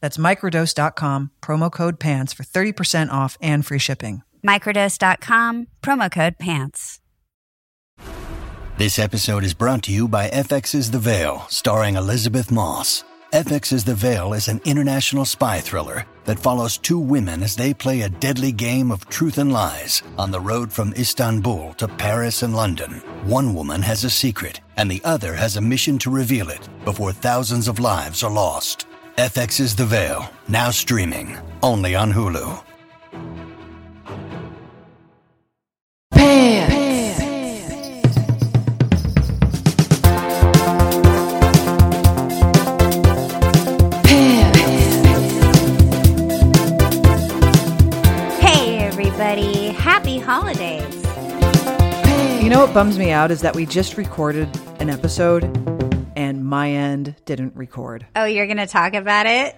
That's microdose.com, promo code PANTS for 30% off and free shipping. Microdose.com, promo code PANTS. This episode is brought to you by FX's The Veil, starring Elizabeth Moss. FX's The Veil is an international spy thriller that follows two women as they play a deadly game of truth and lies on the road from Istanbul to Paris and London. One woman has a secret, and the other has a mission to reveal it before thousands of lives are lost. FX's The Veil, now streaming, only on Hulu. Pants. Hey, everybody. Happy holidays. You know what bums me out is that we just recorded an episode and my end didn't record. Oh, you're going to talk about it?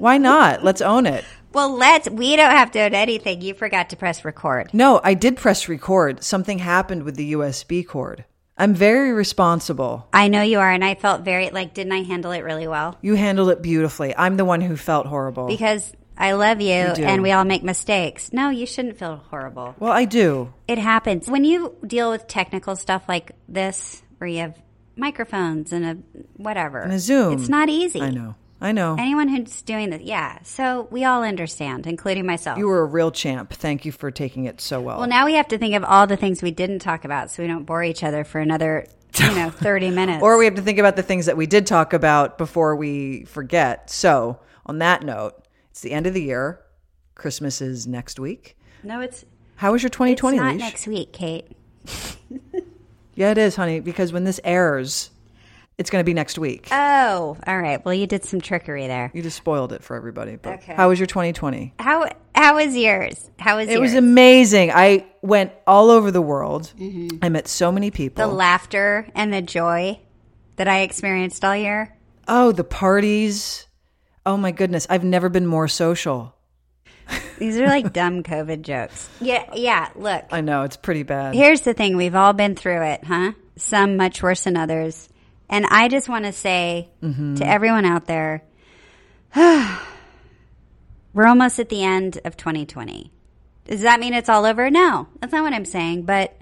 Why not? Let's own it. well, let's. We don't have to own anything. You forgot to press record. No, I did press record. Something happened with the USB cord. I'm very responsible. I know you are. And I felt very like, didn't I handle it really well? You handled it beautifully. I'm the one who felt horrible. Because I love you do. and we all make mistakes. No, you shouldn't feel horrible. well, I do. It happens. When you deal with technical stuff like this, where you have microphones and a whatever, And a Zoom. it's not easy. I know. I know. Anyone who's doing this, yeah. So we all understand, including myself. you were a real champ. Thank you for taking it so well. Well, now we have to think of all the things we didn't talk about so we don't bore each other for another, you know, 30 minutes. or we have to think about the things that we did talk about before we forget. So, on that note, it's the end of the year. Christmas is next week. no, it's, How was your it's 2020, not Leash? next week, Kate. yeah, it is, honey, because when this airs, it's going to be next week. Oh, all right. Well, you did some trickery there. you just spoiled it for everybody. But Okay. how was your 2020? How how was yours? How was It yours? was amazing. I went all over the world. I met so many people. Mm-hmm. the laughter and the joy that I experienced all year. oh, the parties. Oh my goodness. I've never been more social. These are like dumb COVID jokes. Yeah, yeah. Look, I know, it's pretty bad. here's the thing: we've all been through it, huh? Some much worse than others. And I just want to say to everyone out there, we're almost at the end of 2020. Does that mean it's all over? No, that's not what I'm saying. But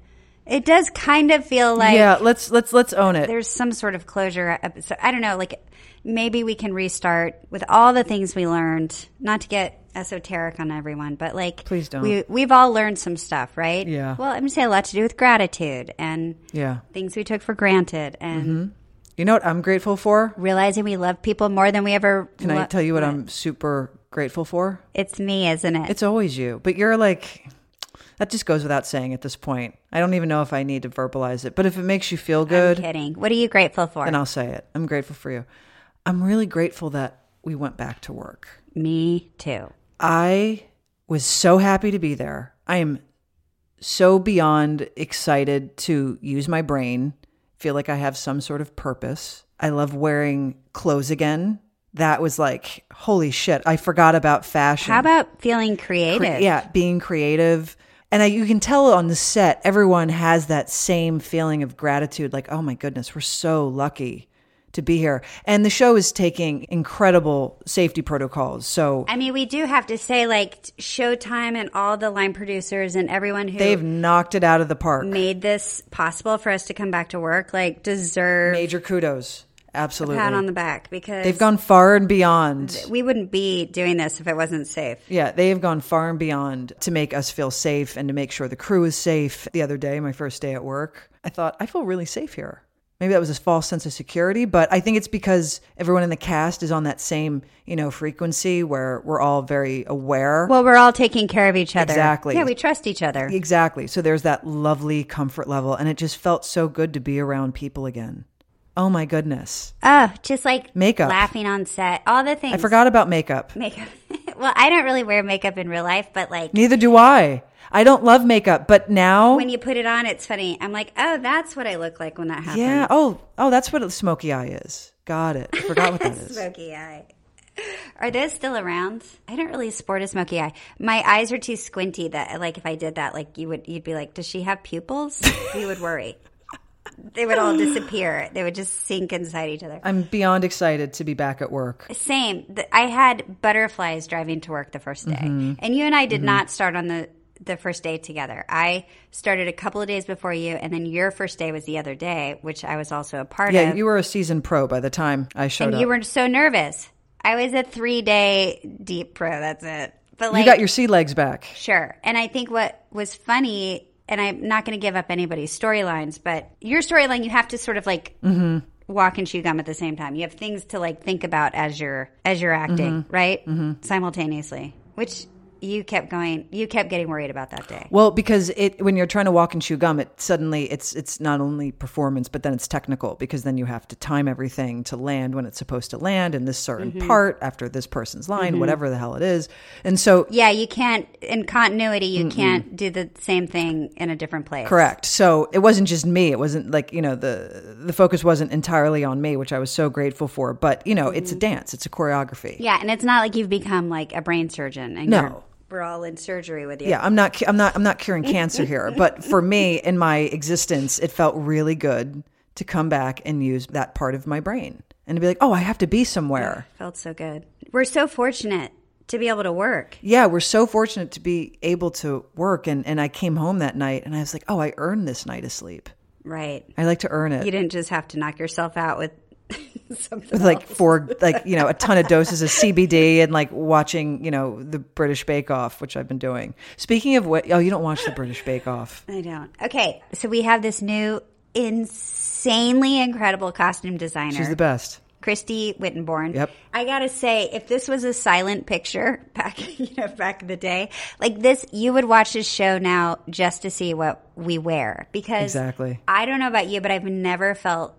it does kind of feel like yeah, let's let's let's own it. there's some sort of closure. uh, So I don't know, like maybe we can restart with all the things we learned. Not to get esoteric on everyone, but like Please don't. We we've all learned some stuff, right? Yeah. Well, I'm gonna say a lot to do with gratitude and Yeah. things we took for granted and Mm-hmm. You know what I'm grateful for? realizing we love people more than we ever. Can I tell you what I'm super grateful for? It's me, isn't it? It's always you. But you're like that just goes without saying at this point. I don't even know if I need to verbalize it, but if it makes you feel I'm good, kidding. What are you grateful for? then I'll say it. I'm grateful for you. I'm really grateful that we went back to work. me too. I was so happy to be there. I am so beyond excited to use my brain, feel like I have some sort of purpose. I love wearing clothes again. That was like, holy shit, I forgot about fashion. How about feeling Cre- creative? yeah, being creative. And I, you can tell on the set, everyone has that same feeling of gratitude like, oh my goodness, we're so lucky to be here. And the show is taking incredible safety protocols. So I mean, we do have to say, like, t- Showtime and all the line producers and everyone who they've knocked it out of the park. made this possible for us to come back to work like deserve Major kudos. Absolutely. Pat on the back because They've gone far and beyond. we wouldn't be doing this if it wasn't safe. Yeah, they have gone far and beyond to make us feel safe and to make sure the crew is safe. The other day, my first day at work, I thought, I feel really safe here. Maybe that was a false sense of security, but I think it's because everyone in the cast is on that same, you know, frequency where we're all very aware. Well, we're all taking care of each other. Exactly. Yeah, we trust each other. exactly. So there's that lovely comfort level and it just felt so good to be around people again. Oh my goodness. Oh, just like Makeup. laughing on set, all the things. I forgot about makeup. makeup. well, I don't really wear makeup in real life, but like Neither do I. I don't love makeup, but now when you put it on, it's funny. I'm like, oh, that's what I look like when that happens. Yeah. Oh, oh, that's what a smoky eye is. Got it. Forgot what that is. Smoky eye. Are those still around? I don't really sport a smoky eye. My eyes are too squinty that like if I did that, like you would you'd be like, Does she have pupils? You would worry. they would all disappear. They would just sink inside each other. I'm beyond excited to be back at work. Same. Th- I had butterflies driving to work the first day. And you and I did not start on the the first day together. I started a couple of days before you and then your first day was the other day, which I was also a part Yeah, of. you were a seasoned pro by the time I showed and up. you were so nervous. I was a three day deep pro. That's it. But like, you got your sea legs back. sure. And I think what was funny, and I'm not going to give up anybody's storylines, but your storyline, you have to sort of like Mm-hmm. walk and chew gum at the same time. You have things to like think about as you're as you're acting, Mm-hmm. right? Simultaneously, which you kept going. You kept getting worried about that day. Well, because it when you're trying to walk and chew gum, it suddenly it's it's not only performance, but then it's technical because then you have to time everything to land when it's supposed to land in this certain Mm-hmm. part after this person's line, whatever the hell it is. And so Yeah, you can't in continuity. You can't do the same thing in a different place. Correct. So it wasn't just me. It wasn't like you know the the focus wasn't entirely on me, which I was so grateful for. But you know, it's a dance. It's a choreography. Yeah, and it's not like you've become like a brain surgeon and No. you're, we're all in surgery with you. Yeah, I'm not. cu- I'm not. I'm not curing cancer here. But for me, in my existence, it felt really good to come back and use that part of my brain and to be like, oh, I have to be somewhere. Felt so good. We're so fortunate to be able to work. Yeah, we're so fortunate to be able to work. And and I came home that night and I was like, oh, I earned this night of sleep. Right. I like to earn it. You didn't just have to knock yourself out with something. with like four like you know a ton of doses of CBD and like watching you know the British Bake Off, which I've been doing. Speaking of what, oh, you don't watch the British Bake Off? I don't. Okay. So we have this new insanely incredible costume designer. She's the best. Christy Wittenborn. Yep. I gotta say, if this was a silent picture back, you know, back in the day, like this, you would watch this show now just to see what we wear because Exactly. I don't know about you, but I've never felt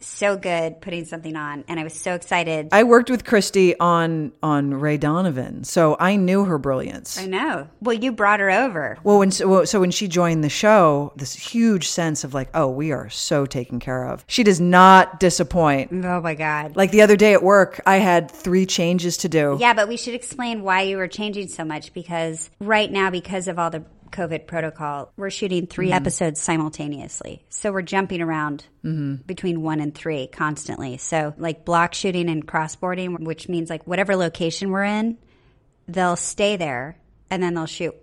so good putting something on, and I was so excited. I worked with Christy on on Ray Donovan, so I knew her brilliance. I know. Well, you brought her over. Well, when so, so when she joined the show, this huge sense of like, oh, we are so taken care of. She does not disappoint. Oh my god. Like the other day at work, I had three changes to do. Yeah, but we should explain why you were changing so much because right now, because of all the COVID protocol, we're shooting three episodes simultaneously. So we're jumping around between one and three constantly. So, like block shooting and crossboarding, which means like whatever location we're in, they'll stay there and then they'll shoot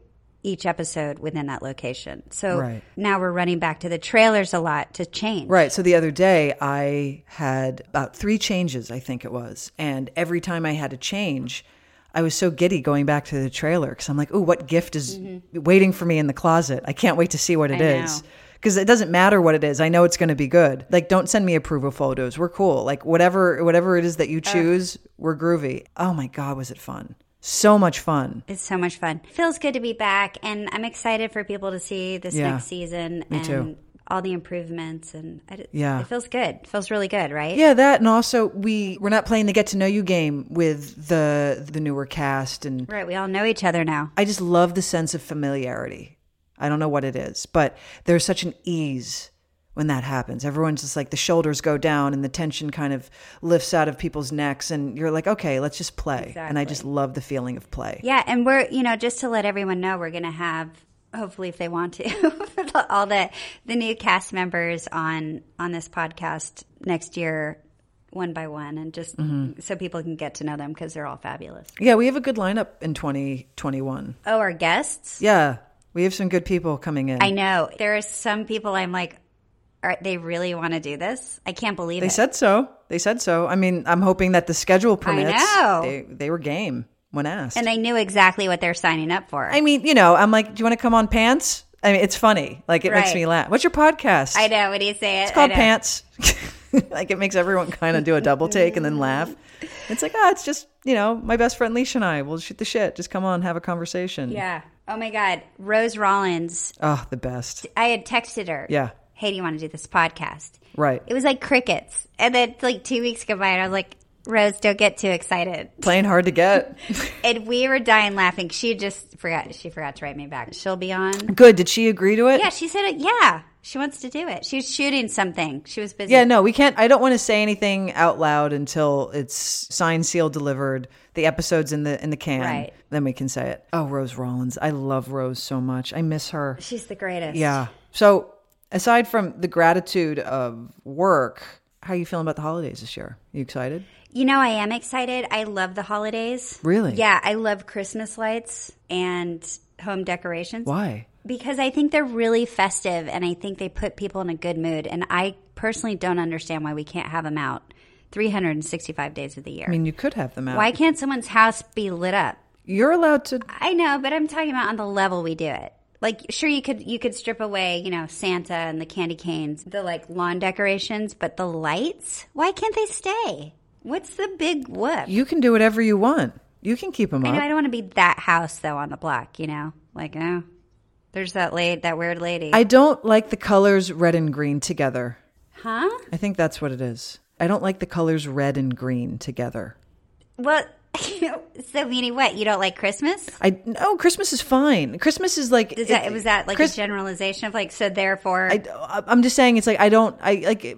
each episode within that location. So Right. now we're running back to the trailers a lot to change. Right. So the other day, I had about three changes, I think it was. And every time I had a change, I was so giddy going back to the trailer because I'm like, oh, what gift is waiting for me in the closet? I can't wait to see what it Mm-hmm. I is. know. Because it doesn't matter what it is. I know it's going to be good. Like, don't send me approval photos. We're cool. Like, whatever, whatever it is that you choose, we're groovy. Oh my God, was it fun? So much fun. It's so much fun. Feels good to be back, and I'm excited for people to see this Yeah. next season and too. all the improvements. And I, d- Yeah. it feels good. It feels really good, right? Yeah, that and also we we're not playing the get to know you game with the the newer cast and Right. We all know each other now. I just love the sense of familiarity. I don't know what it is, but there's such an ease when that happens. Everyone's just like the shoulders go down and the tension kind of lifts out of people's necks, and you're like, okay, let's just play. And I just love the feeling of play. Yeah, and we're you know just to let everyone know we're gonna have hopefully if they want to all the the new cast members on on this podcast next year one by one and just Mm-hmm. so people can get to know them because they're all fabulous Yeah, we have a good lineup in 2021. oh our guests Yeah, we have some good people coming in. I know. There are some people I'm like, are, they really want to do this? I can't believe They it. said so. They said so. I mean, I'm hoping that the schedule permits. know. They, they were game when asked. and they knew exactly what they're signing up for. I mean, you know, I'm like, do you want to come on Pants? I mean, it's funny. Like, it makes Right. me laugh. What's your podcast? I know. What do you say? It's called Pants. like, it makes everyone kind of do a double take and then laugh. It's like, ah, it's just, you know, my best friend Leash and I will shoot the shit. Just come on, have a conversation. Yeah. Oh my God. Rose Rollins. Oh, the best. I had texted her. Yeah. Hey, do you want to do this podcast? Right. It was like crickets. And then like two weeks go by and I was like, Rose, don't get too excited. Playing hard to get. And we were dying laughing. She just forgot. She forgot to write me back. She'll be on. Good. Did she agree to it? Yeah. She said, it. yeah, she wants to do it. She was shooting something. She was busy. Yeah, no, we can't. I don't want to say anything out loud until it's signed, sealed, delivered. The episode's in the in the can. Right. Then we can say it. Oh, Rose Rollins, I love Rose so much. I miss her. She's the greatest. Yeah. So, aside from the gratitude of work, how you feeling about the holidays this year? You excited? You know, I am excited. I love the holidays. Really? Yeah. I love Christmas lights and home decorations. Why? Because I think they're really festive and I think they put people in a good mood. And I personally don't understand why we can't have them out 365 days of the year. I mean, you could have them out. why can't someone's house be lit up? You're allowed to. I know, but I'm talking about on the level we do it. Like sure you could you could strip away, you know, Santa and the candy canes, the like lawn decorations, but the lights, why can't they stay? What's the big whoop? You can do whatever you want. You can keep them I know I up. don't want to be that house though on the block, you know? Like, oh, there's that lady, that weird lady. I don't like the colors red and green together. huh? I think that's what it is. I don't like the colors red and green together. Well, so meaning what? You don't like Christmas? I no, Christmas is fine. Christmas is like Is that was that like a Chris- generalization of like so therefore I, I'm just saying it's like I don't I like it-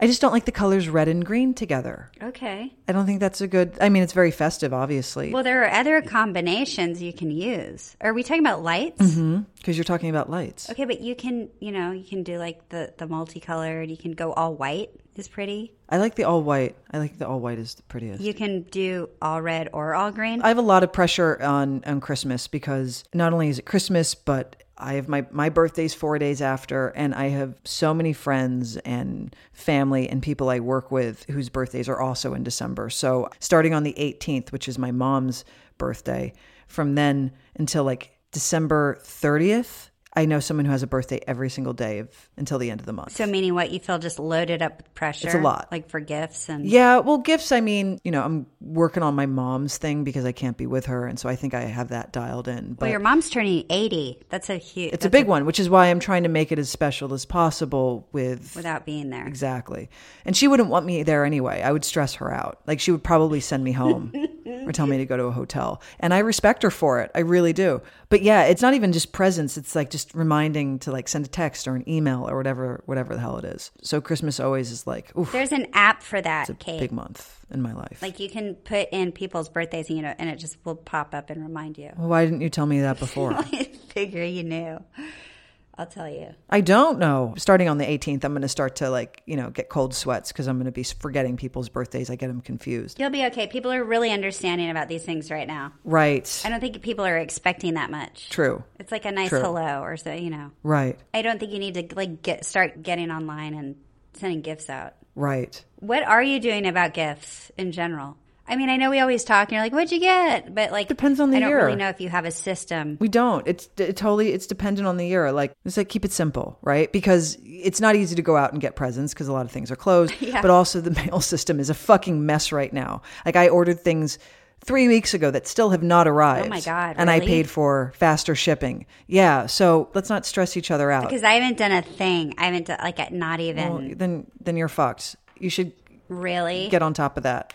I just don't like the colors red and green together. okay. I don't think that's a good. I mean, it's very festive, obviously, Well, there are other combinations you can use. Are we talking about lights? Mm-hmm. because you're talking about lights. Okay, but you can you know you can do like the the multicolored. You can go all white is pretty. I like the all white. I like the all white is the prettiest. You can do all red or all green. I have a lot of pressure on on Christmas because not only is it Christmas, but I have my my birthday's four days after, and I have so many friends and family and people I work with whose birthdays are also in December. So starting on the 18th, which is my mom's birthday, from then until like December 30th, I know someone who has a birthday every single day of until the end of the month. so meaning what you feel just loaded up with pressure. It's a lot. like for gifts and Yeah, well, gifts. I mean, you know, I'm working on my mom's thing because I can't be with her, and so I think I have that dialed in. But well, your mom's turning eighty. That's a huge. It's a big one, which is why I'm trying to make it as special as possible with without being there. exactly. And she wouldn't want me there anyway. I would stress her out. Like she would probably send me home or tell me to go to a hotel. And I respect her for it. I really do. But yeah, it's not even just presents. It's like just reminding to like send a text or an email or whatever whatever the hell it is. So Christmas always is like oof, There's an app for that, Kate. big month in my life. Like you can put in people's birthdays, and you know, and it just will pop up and remind you. why didn't you tell me that before? I figure you knew. I'll tell you. I don't know. Starting on the 18th, I'm going to start to like, you know, get cold sweats because I'm going to be forgetting people's birthdays. I get them confused. You'll be okay. People are really understanding about these things right now. Right. I don't think people are expecting that much. True. It's like a nice True. hello or so, you know. Right. I don't think you need to like get start getting online and sending gifts out. Right. What are you doing about gifts in general? I mean, I know we always talk and you're like, "What'd you get?" But like Depends on the I don't really year. know if you have a system. We don't. It's it totally. It's dependent on the year. Like it's like keep it simple, right? Because it's not easy to go out and get presents because a lot of things are closed. But also the mail system is a fucking mess right now. Like I ordered things three weeks ago that still have not arrived. Oh God, And I really? paid for faster shipping. Yeah. So let's not stress each other out. Cuz I haven't done a thing. I haven't done, like not even Well, then then you're fucked. You should really. get on top of that.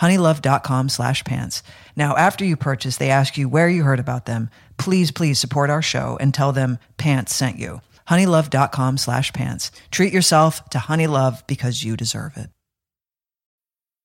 honeylove.com slash pants. Now, after you purchase, they ask you where you heard about them. Please, please support our show and tell them pants sent you. Honeylove.com slash pants. Treat yourself to Honey Love because you deserve it.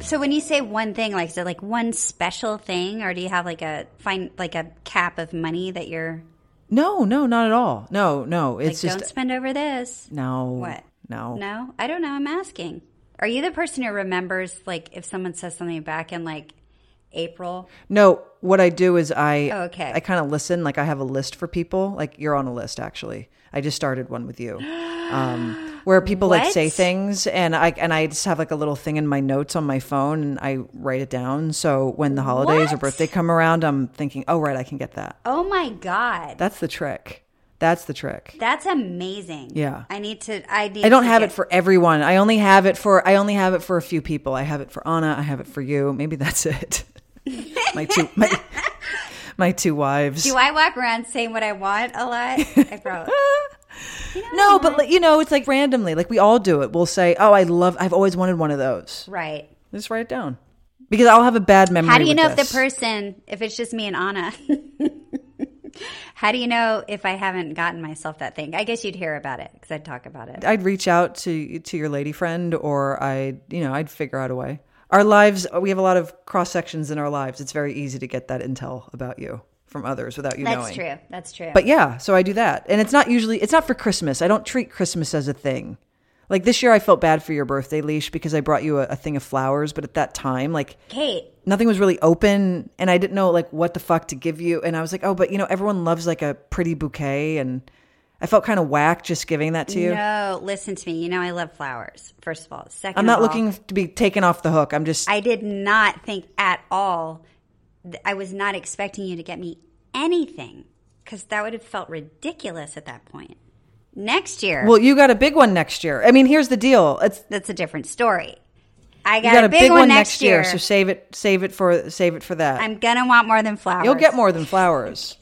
So when you say one thing, like is it like one special thing, or do you have like a find like a cap of money that you're No, no, not at all. No, no. like It's don't just Oh. spend over this? no. What? No. No, I don't know. I'm asking. Are you the person who remembers like if someone says something back in like April? No, what I do is I Oh, okay. I kind of listen. Like I have a list for people. Like you're on a list actually. I just started one with you, um, where people like What? say things, and I and I just have like a little thing in my notes on my phone, and I write it down. So when the holidays or What? birthday come around, I'm thinking, oh right, I can get that. Oh my god, That's the trick. That's the trick. that's amazing. Yeah. I need to. I need. I don't to have get- it for everyone. I only have it for I only have it for a few people. I have it for Anna. I have it for you. Maybe that's it. my two my, my two wives. Do I walk around saying what I want a lot? I probably. No, but like, you know, it's like randomly. Like we all do it. We'll say, "Oh, I love. I've always wanted one of those." right. Just write it down because I'll have a bad memory. How do you with know if this. the person, if it's just me and Anna? How do you know if I haven't gotten myself that thing? I guess you'd hear about it because I'd talk about it. I'd reach out to to your lady friend, or I, you know, I'd figure out a way. Our lives. We have a lot of cross sections in our lives. It's very easy to get that intel about you from others without you That's knowing. true. That's true. But yeah, so I do that, and it's not usually. It's not for Christmas. I don't treat Christmas as a thing. Like this year, I felt bad for your birthday leash because I brought you a, a thing of flowers, but at that time, like Kate, nothing was really open and I didn't know like what the fuck to give you. And I was like, oh, but you know, everyone loves like a pretty bouquet. And I felt kind of whack just giving that to you. no, listen to me. You know I love flowers. First of all, second, I'm of not all, looking to be taken off the hook. I'm just, I did not think at all. th- I was not expecting you to get me anything because that would have felt ridiculous at that point. Next year, well, you got a big one next year. I mean, here's the deal. It's, that's a different story. I you got, a big, one, next year. So save it, save it for, save it for that. I'm gonna want more than flowers. You'll get more than flowers.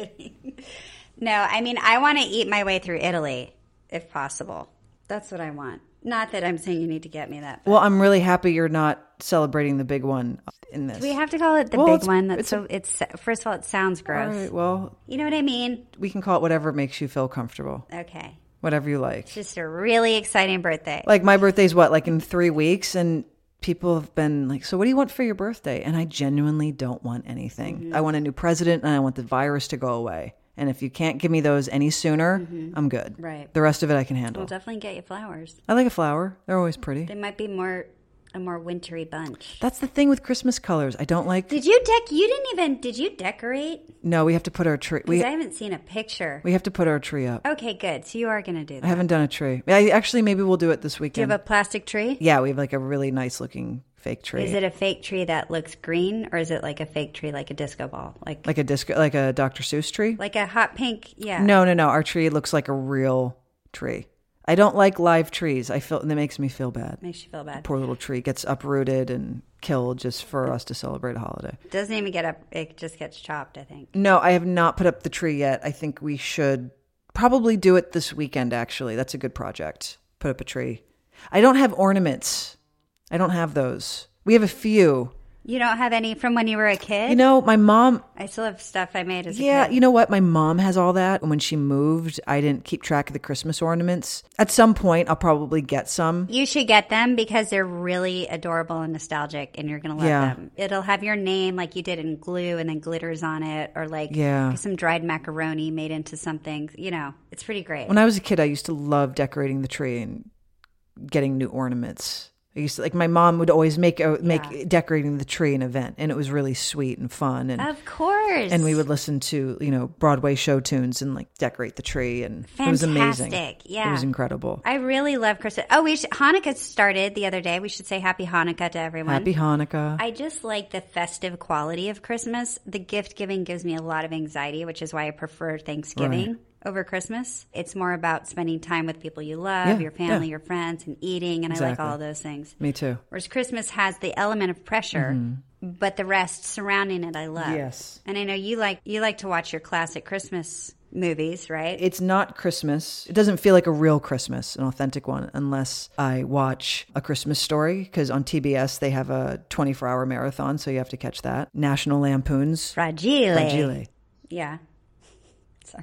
No, I mean I want to eat my way through Italy if possible. That's what I want. Not that I'm saying you need to get me that. well, I'm really happy you're not celebrating the big one in this. We have to call it the Well, big it's- one. That's so. It's first of all, it sounds gross. All right, well, You know what I mean? we can call it whatever makes you feel comfortable, Okay. whatever you like. Just a really exciting birthday. like my birthday's what like in three weeks and people have been like so what do you want for your birthday and i genuinely don't want anything Mm-hmm. i want a new president and i want the virus to go away and if you can't give me those any sooner i'm good Mm-hmm. Right. the rest of it i can handle We'll definitely get you flowers. i like a flower they're always pretty They might be more a more wintry bunch. that's the thing with christmas colors i don't like Did you dec? You didn't even. Did you decorate? no we have to put our tree Because we, I haven't seen a picture. we have to put our tree up okay, good. So you are gonna do i that. haven't done a tree i actually maybe we'll do it this Do you weekend have a plastic tree? yeah we have like a really nice looking fake tree Is it a fake tree that looks green, or is it like a fake tree like a disco ball, like like, like a disco like a dr seuss tree a hot pink? Yeah. No, no, no. Our tree looks like a real tree. I don't like live trees. I feel that makes me feel bad. makes you feel bad. Poor little tree gets uprooted and killed just for us to celebrate a holiday. Doesn't even get up. It just gets chopped. I think. No, I have not put up the tree yet. I think we should probably do it this weekend. Actually, that's a good project. Put up a tree. I don't have ornaments. I don't have those. We have a few. You don't have any from when you were a kid? You know, my mom I still have stuff I made as Yeah, a kid. you know what? My mom has all that. And when she moved, I didn't keep track of the Christmas ornaments. At some point, I'll probably get some. You should get them because they're really adorable and nostalgic, and you're going to love Yeah. them. It'll have your name like you did in glue and then glitters on it, or like Yeah. some dried macaroni made into something. You know, it's pretty great. When I was a kid, I used to love decorating the tree and getting new ornaments. I used to like my mom would always make a, make decorating the tree an event, and it was really sweet and fun. And of course. and we would listen to you know Broadway show tunes and like decorate the tree, and it was amazing. Fantastic. Yeah. it was incredible. I really love Christmas. Oh, we should, Hanukkah started the other day. We should say Happy Hanukkah to everyone. Happy Hanukkah. I just like the festive quality of Christmas. The gift giving gives me a lot of anxiety, which is why I prefer Thanksgiving over Christmas. It's more about spending time with people you love, Yeah, your family, yeah. your friends, and eating. And I Exactly. like all those things. Me too. Whereas Christmas has the element of pressure, but the rest surrounding it, I love. Mm-hmm. Yes. And I know you like you like to watch your classic Christmas movies, right? It's not Christmas. It doesn't feel like a real Christmas, an authentic one, unless I watch A Christmas Story because on TBS they have a 24 hour marathon, so you have to catch that. National Lampoon's. Fragile. Fragile. Yeah.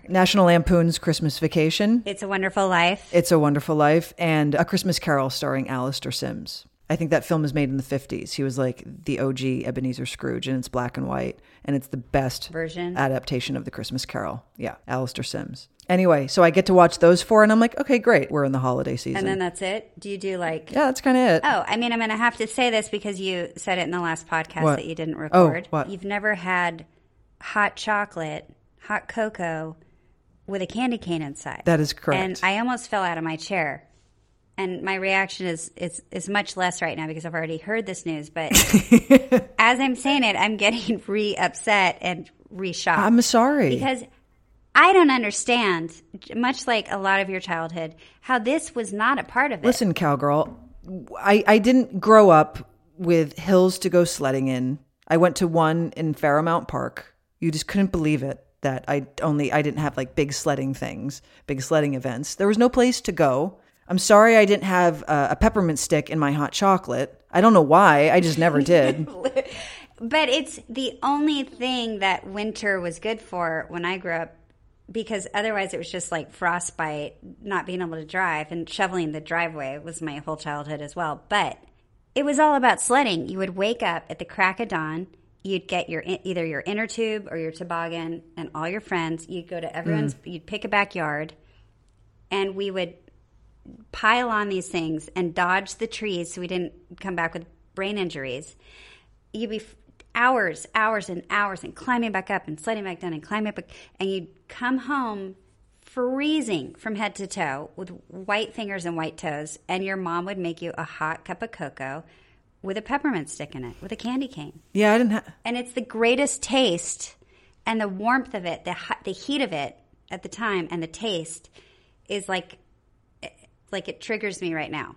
National Lampoon's Christmas Vacation. It's a Wonderful Life. It's a Wonderful Life and A Christmas Carol starring Alistair Sims. I think that film was made in the 50s. He was like the OG Ebenezer Scrooge, and it's black and white, and it's the best Version. adaptation of The Christmas Carol. Yeah, Alistair Sims. Anyway, so I get to watch those four, and I'm like, okay, great. We're in the holiday season. and then that's it. Do you do like yeah, that's kind of it. Oh, I mean, I'm going to have to say this because you said it in the last podcast What? Oh, that you didn't record. what? You've never had hot chocolate, hot cocoa with a candy cane inside. That is correct. And I almost fell out of my chair. And my reaction is is is much less right now because I've already heard this news, but as I'm saying it, I'm getting re upset and re shocked. I'm sorry. Because I don't understand, much like a lot of your childhood, how this was not a part of it. Listen, cowgirl, I, I didn't grow up with hills to go sledding in. I went to one in Fairmount Park. You just couldn't believe it that I only I didn't have like big sledding things, big sledding events. There was no place to go. I'm sorry I didn't have a, a peppermint stick in my hot chocolate. I don't know why. I just never did. But it's the only thing that winter was good for when I grew up because otherwise it was just like frostbite, not being able to drive, and shoveling the driveway was my whole childhood as well. But it was all about sledding. You would wake up at the crack of dawn. You'd get your either your inner tube or your toboggan and all your friends. You'd go to everyone's. You'd pick a backyard, and we would pile on these things and dodge the trees so we didn't come back with brain injuries you'd be f- hours, hours, and hours, and climbing back up and sliding back down and climbing up, and you'd come home freezing from head to toe with white fingers and white toes, and your mom would make you a hot cup of cocoa with a peppermint stick in it, with a candy cane, Yeah, I didn't have and it's the greatest taste, and the warmth of it, the hot, the heat of it at the time, and the taste is like, eh, like it triggers me right now.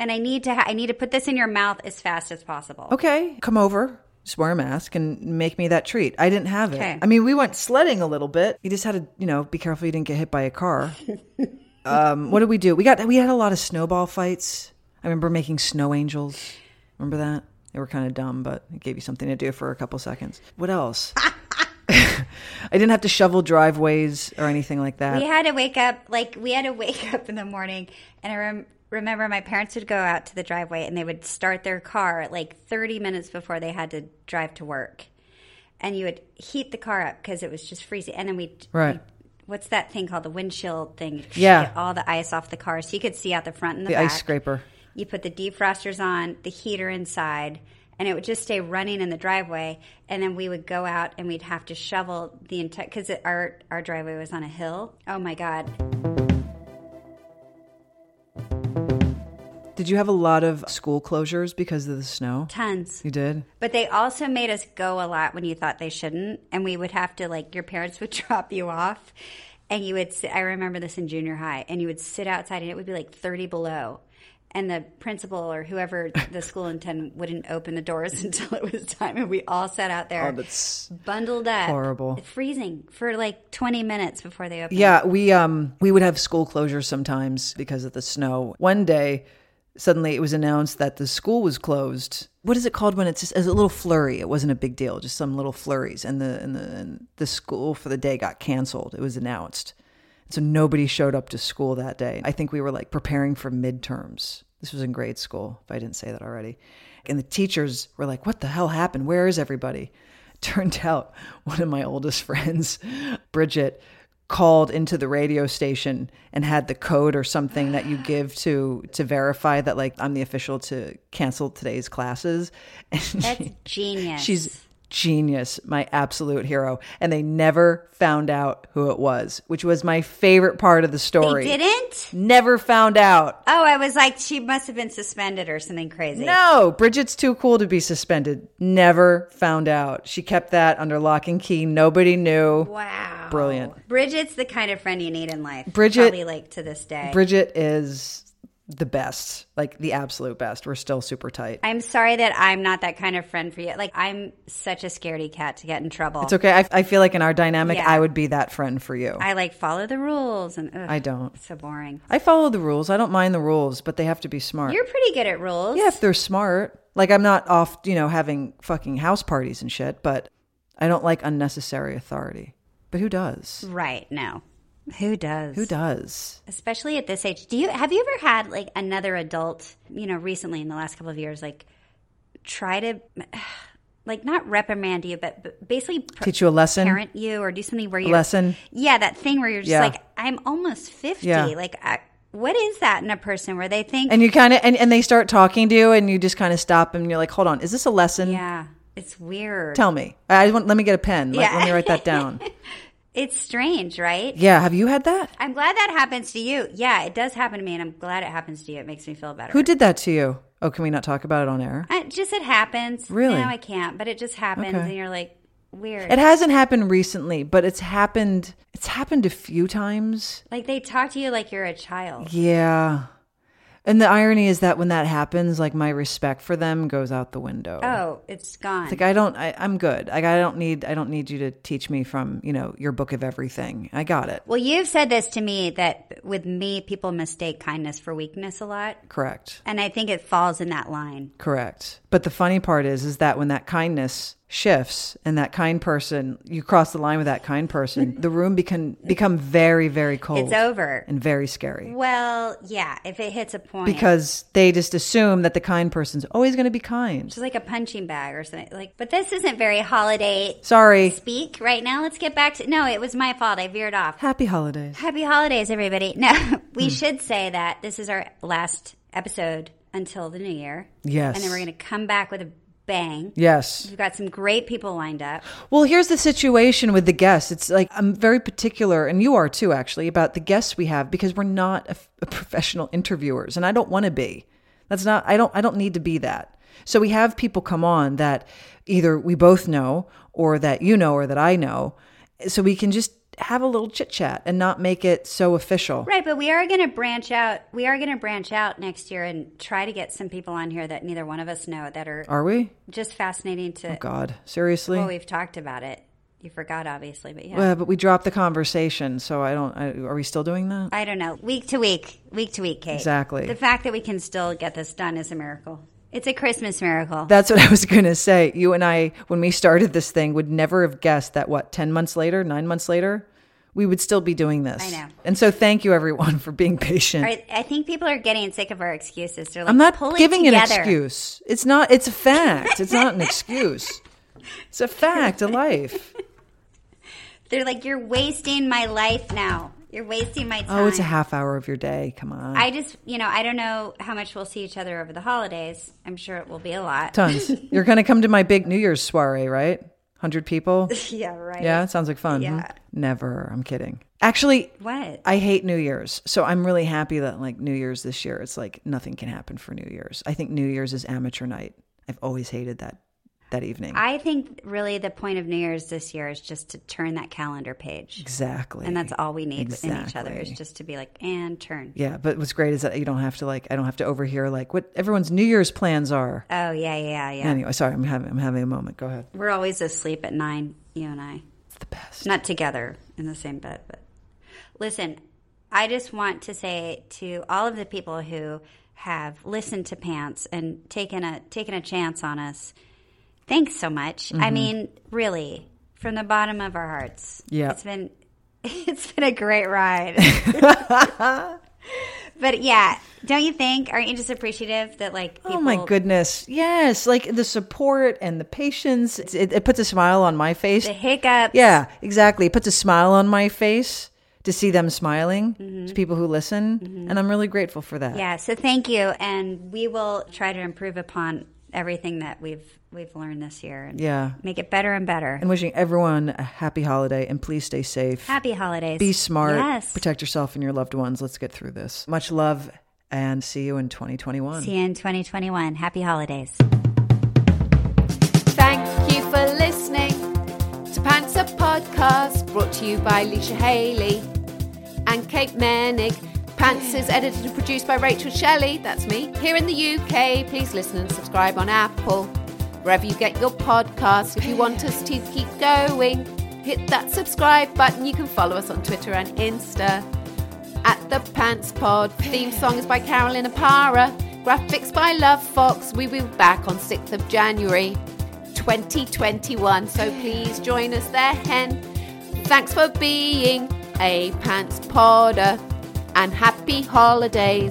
And I need to ha- I need to put this in your mouth as fast as possible. okay, come over, just wear a mask and make me that treat. I didn't have it. Okay. I mean, we went sledding a little bit. You just had to, you know, be careful you didn't get hit by a car. um, what did we do? We got we had a lot of snowball fights. I remember making snow angels. Remember that? They were kind of dumb, but it gave you something to do for a couple seconds. What else? I didn't have to shovel driveways or anything like that. We had to wake up like we had to wake up in the morning, and I rem- remember my parents would go out to the driveway and they would start their car like 30 minutes before they had to drive to work, and you would heat the car up because it was just freezing, and then we Right. What's that thing called? The windshield thing. Yeah. Get all the ice off the car so you could see out the front and the, The back. ice scraper. You put the defrosters on, the heater inside, and it would just stay running in the driveway. And then we would go out and we'd have to shovel the entire because our our driveway was on a hill. Oh my god! Did you have a lot of school closures because of the snow? Tons. You did? But they also made us go a lot when you thought they shouldn't, and we would have to like your parents would drop you off, and you would. Sit, I remember this in junior high, and you would sit outside, and it would be like thirty below, and the principal or whoever the school intendant wouldn't open the doors until it was time, and we all sat out there, Oh, that's bundled up, horrible. freezing for like twenty minutes before they opened. Yeah, we um we would have school closures sometimes because of the snow. One day suddenly it was announced that the school was closed. What is it called when it's just as a little flurry? It wasn't a big deal, just some little flurries, and the and the and the school for the day got canceled. It was announced, so nobody showed up to school that day. I think we were like preparing for midterms. This was in grade school, if I didn't say that already. And the teachers were like, "What the hell happened? Where is everybody?" Turned out, one of my oldest friends, Bridget, called into the radio station and had the code or something that you give to to verify that like I'm the official to cancel today's classes. And That's genius. she's genius, my absolute hero. And they never found out who it was, which was my favorite part of the they story. didn't. Never found out. Oh, I was like, she must have been suspended or something crazy. No, Bridget's too cool to be suspended. Never found out. She kept that under lock and key. Nobody knew. Wow. Brilliant. Bridget's the kind of friend you need in life. Bridget- Probably like to this day. Bridget is the best, like the absolute best. We're still super tight. I'm sorry that I'm not that kind of friend for you. Like, I'm such a scaredy cat to get in trouble. It's okay. I, I feel like in our dynamic, Yeah. I would be that friend for you. I, I like follow the rules and ugh, don't. it's so boring. I follow the rules. I don't mind the rules, but they have to be smart. You're pretty good at rules. yeah, if they're smart. Like I'm not off, you know, having fucking house parties and shit, but I don't like unnecessary authority. But who does? Right. No. Who does? Who does? Especially at this age. Do you have you ever had like another adult, you know, recently in the last couple of years, like try to like not reprimand you, but, but basically pr- Teach you a lesson? parent you or do something where you Lesson? Yeah, that thing where you're just Yeah. like, I'm almost fifty. Yeah. Like, I, what is that in a person where they think, And you kind of and, and they start talking to you, and you just kind of stop, and you're like, "Hold on, is this a lesson? yeah, it's weird. Tell me. I I want. Let me get a pen. Let, Yeah. let me write that down. it's strange, right? yeah. Have you had that? I'm glad that happens to you. Yeah, it does happen to me, and I'm glad it happens to you. It makes me feel better. Who did that to you? Oh, can we not talk about it on air? I, just it happens. Really? No, I can't. But it just happens, Okay. and you're like, weird. It hasn't happened recently, but it's happened. It's happened a few times. like they talk to you like you're a child. Yeah. And the irony is that when that happens, like my respect for them goes out the window. Oh, it's gone. It's like I don't. I, I'm good. Like I don't need. I don't need you to teach me from you know your book of everything. I got it. well, you've said this to me that with me, people mistake kindness for weakness a lot, Correct. and I think it falls in that line. Correct. But the funny part is, is that when that kindness shifts and that kind person, you cross the line with that kind person, the room become become very, very cold. It's over. Oh. and very scary Well, yeah, if it hits a point, because they just assume that the kind person's always going to be kind. it's like a punching bag or something. Like, but this isn't very holiday Sorry. speak right now. Let's get back to no. It was my fault. I veered off. Happy holidays. Happy holidays, everybody. No, we Hmm. should say that this is our last episode until the new year. Yes. And then we're going to come back with a bang. Yes. We've got some great people lined up. Well, here's the situation with the guests. It's like I'm very particular, and you are too, actually, about the guests we have because we're not a, a professional interviewers, and I don't want to be. That's not. I don't. I don't need to be that. So we have people come on that either we both know, or that you know, or that I know, so we can just have a little chit chat and not make it so official. Right, but we are going to branch out. We are going to branch out next year and try to get some people on here that neither one of us know that are Are we? just fascinating to. Oh God, seriously. Well, we've talked about it. You forgot, obviously, but yeah. Well, but we dropped the conversation, so I don't. I, are we still doing that? I don't know. Week to week, week to week, Kate. Exactly. The fact that we can still get this done is a miracle. It's a Christmas miracle. That's what I was going to say. You and I, when we started this thing, would never have guessed that what, 10 months later, nine months later, we would still be doing this. I know. And so thank you everyone for being patient. I, I think people are getting sick of our excuses. They're like, I'm not pull giving it an together. excuse. It's not, it's a fact. It's not an excuse. It's a fact of life. They're like, you're wasting my life now. You're wasting my time. Oh, it's a half hour of your day. Come on. I just, you know, I don't know how much we'll see each other over the holidays. I'm sure it will be a lot. Tons. You're going to come to my big New Year's soiree, right? 100 people? Yeah, right. Yeah, sounds like fun. Yeah. Never. I'm kidding. Actually, What? I hate New Year's. So I'm really happy that like New Year's this year, it's like nothing can happen for New Year's. I think New Year's is amateur night. I've always hated that that evening. I think really the point of New Year's this year is just to turn that calendar page. exactly. And that's all we need in each other is Exactly. just to be like, and turn. Yeah, but what's great is that you don't have to like I don't have to overhear like what everyone's New Year's plans are. Oh, yeah, yeah, yeah. Anyway, sorry, I'm having I'm having a moment. Go ahead. We're always asleep at nine, you and I. It's the best. not together in the same bed but listen i just want to say to all of the people who have listened to Pants and taken a taken a chance on us. Thanks so much. Mm-hmm. I mean, really, from the bottom of our hearts. Yeah. It's been it's been a great ride. but yeah, don't you think? Aren't you just appreciative that like people Oh my goodness. Yes. Like the support and the patience. It's- It, it puts a smile on my face. the hiccups Yeah, exactly. It puts a smile on my face to see them smiling, to people who listen. And I'm really grateful for that. Mm-hmm. Yeah, so thank you, and we will try to improve upon everything that we've we've learned this year and Yeah. make it better and better. And wishing everyone a happy holiday and please stay safe. Happy holidays. Be smart. Yes. Protect yourself and your loved ones. Let's get through this. Much love and see you in 2021. See you in 2021. Happy holidays. Thank you for listening to Pants Up Podcast, brought to you by Leisha Haley and Kate Mernick. Pants is edited and produced by Rachel Shelley, that's me, here in the UK. Please listen and subscribe on Apple, wherever you get your podcasts. If you want us to keep going, hit that subscribe button. You can follow us on Twitter and Insta at the Pants Pod. Theme song is by Carolyn Apara. Graphics by Love Fox. We will be back on 6th of January 2021. So please join us there, Hen. Thanks for being a Pants Podder and happy holidays.